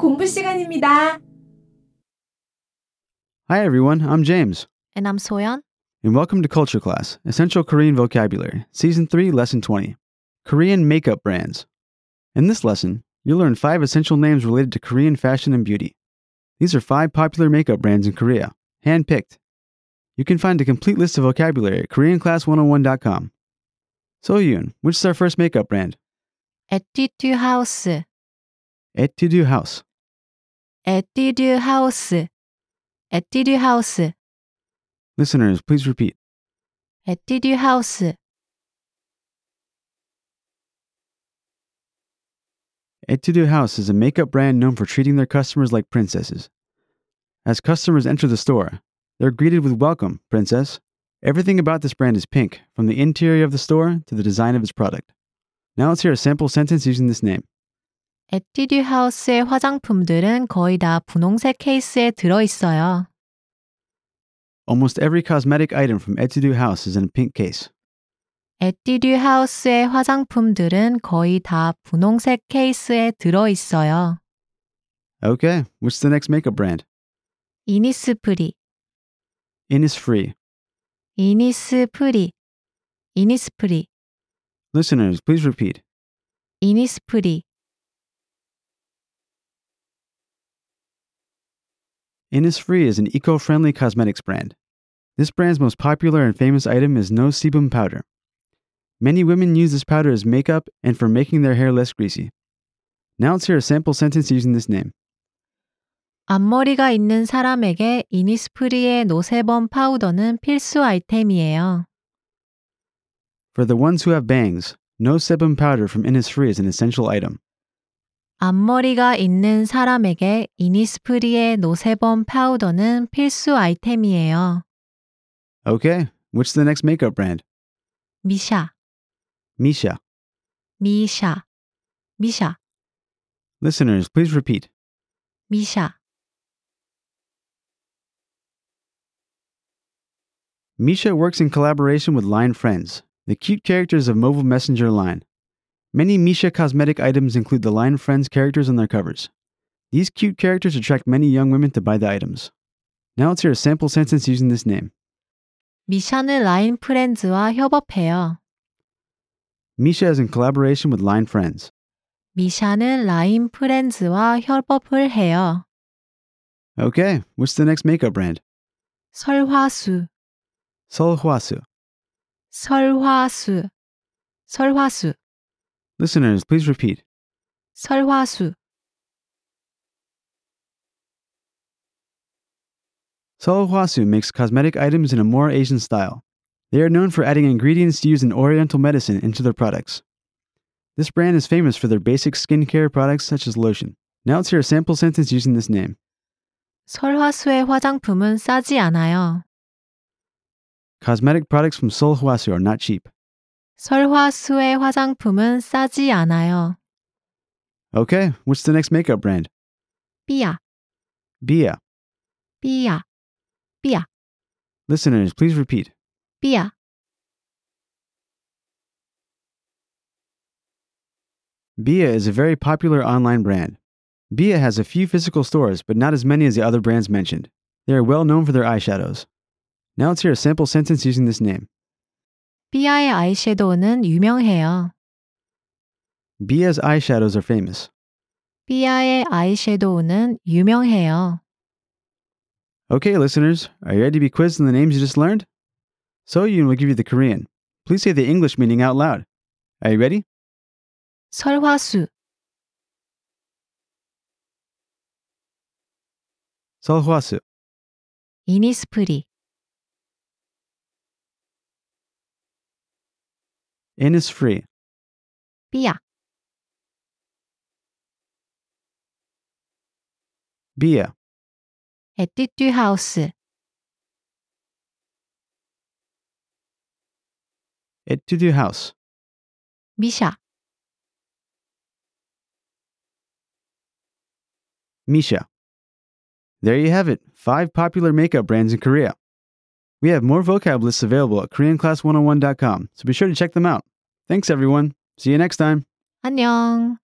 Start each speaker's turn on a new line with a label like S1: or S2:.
S1: 공부 시간입니다.
S2: Hi everyone, I'm James,
S3: And I'm 소연.
S2: and welcome to Culture Class Essential Korean Vocabulary, Season 3, Lesson 20 Korean Makeup Brands. In this lesson, you'll learn five essential names related to Korean fashion and beauty. These are five popular makeup brands in Korea, hand picked. You can find a complete list of vocabulary at KoreanClass101.com. So Yoon, which is our first makeup brand?
S3: 에뛰드 하우스.
S2: Etude House.
S3: 에뛰드 하우스. 에뛰드 하우스.
S2: Listeners, please repeat.
S3: 에뛰드 하우스.
S2: Etude House is a makeup brand known for treating their customers like princesses. As customers enter the store, they're greeted with welcome, princess. Everything about this brand is pink, from the interior of the store to the design of its product. Now let's hear a sample sentence using this name.
S3: 에뛰드 하우스의 화장품들은 거의 다 분홍색 케이스에 들어 있어요.
S2: Almost every cosmetic item from Etude House is in a pink case.
S3: 에뛰드 하우스의 화장품들은 거의 다 분홍색 케이스에 들어 있어요.
S2: Okay, what's the next makeup brand?
S3: 이니스프리,
S2: Innisfree.
S3: 이니스프리, 이니스프리,
S2: Listeners, please repeat.
S3: 이니스프리.
S2: Innisfree is an eco-friendly cosmetics brand. This brand's most popular and famous item is no sebum powder. Many women use this powder as makeup and for making their hair less greasy. Now let's hear a sample sentence using this name.
S3: 앞머리가 있는 사람에게 이니스프리의 노세범 파우더는 필수 아이템이에요.
S2: For the ones who have bangs, no sebum powder from Innisfree is an essential item.
S3: 앞머리가 있는 사람에게 이니스프리의 노세범 파우더는 필수 아이템이에요.
S2: Okay, what's the next makeup brand?
S3: 미샤,
S2: Misha.
S3: 미샤, 미샤,
S2: Listeners, please repeat.
S3: 미샤.
S2: Misha works in collaboration with Line Friends, the cute characters of mobile messenger Line. Many Misha cosmetic items include the Line Friends characters on their covers. These cute characters attract many young women to buy the items. Now let's hear a sample sentence using this name.
S3: 미샤는 라인 프렌즈와 협업해요.
S2: Misha is in collaboration with Line Friends.
S3: 미샤는 라인 프렌즈와 협업을 해요.
S2: Okay, what's the next makeup brand?
S3: 설화수,
S2: Solhuasu.
S3: 설화수, 설화수.
S2: Listeners, please repeat.
S3: 설화수,
S2: Solhuasu makes cosmetic items in a more Asian style. They are known for adding ingredients used in Oriental medicine into their products. This brand is famous for their basic skincare products such as lotion. Now let's hear a sample sentence using this name.
S3: 설화수의 화장품은 싸지 않아요.
S2: Cosmetic products from Solhuasu are not cheap.
S3: 설화수의 화장품은 싸지 않아요.
S2: Okay, what's the next makeup brand?
S3: 삐야,
S2: Bia.
S3: 삐야, 삐야,
S2: Listeners, please repeat.
S3: 삐야.
S2: Bia is a very popular online brand. Bia has a few physical stores, but not as many as the other brands mentioned. They are well known for their eyeshadows. Now let's hear a sample sentence using this name.
S3: 삐야의 아이섀도우는 유명해요.
S2: Bia's eyeshadows are famous.
S3: 삐야의 아이섀도우는 유명해요.
S2: Okay, listeners, are you ready to be quizzed on the names you just learned? So Yoon will give you the Korean. Please say the English meaning out loud. Are you ready?
S3: 설화수,
S2: Solhwasu,
S3: 이니스프리,
S2: Innisfree,
S3: 삐야,
S2: Bia,
S3: 에뛰드 하우스,
S2: Etude House,
S3: 미샤,
S2: Misha. There you have it, five popular makeup brands in Korea. We have more vocab lists available at KoreanClass101.com, so be sure to check them out. Thanks, everyone. See you next time.
S3: 안녕.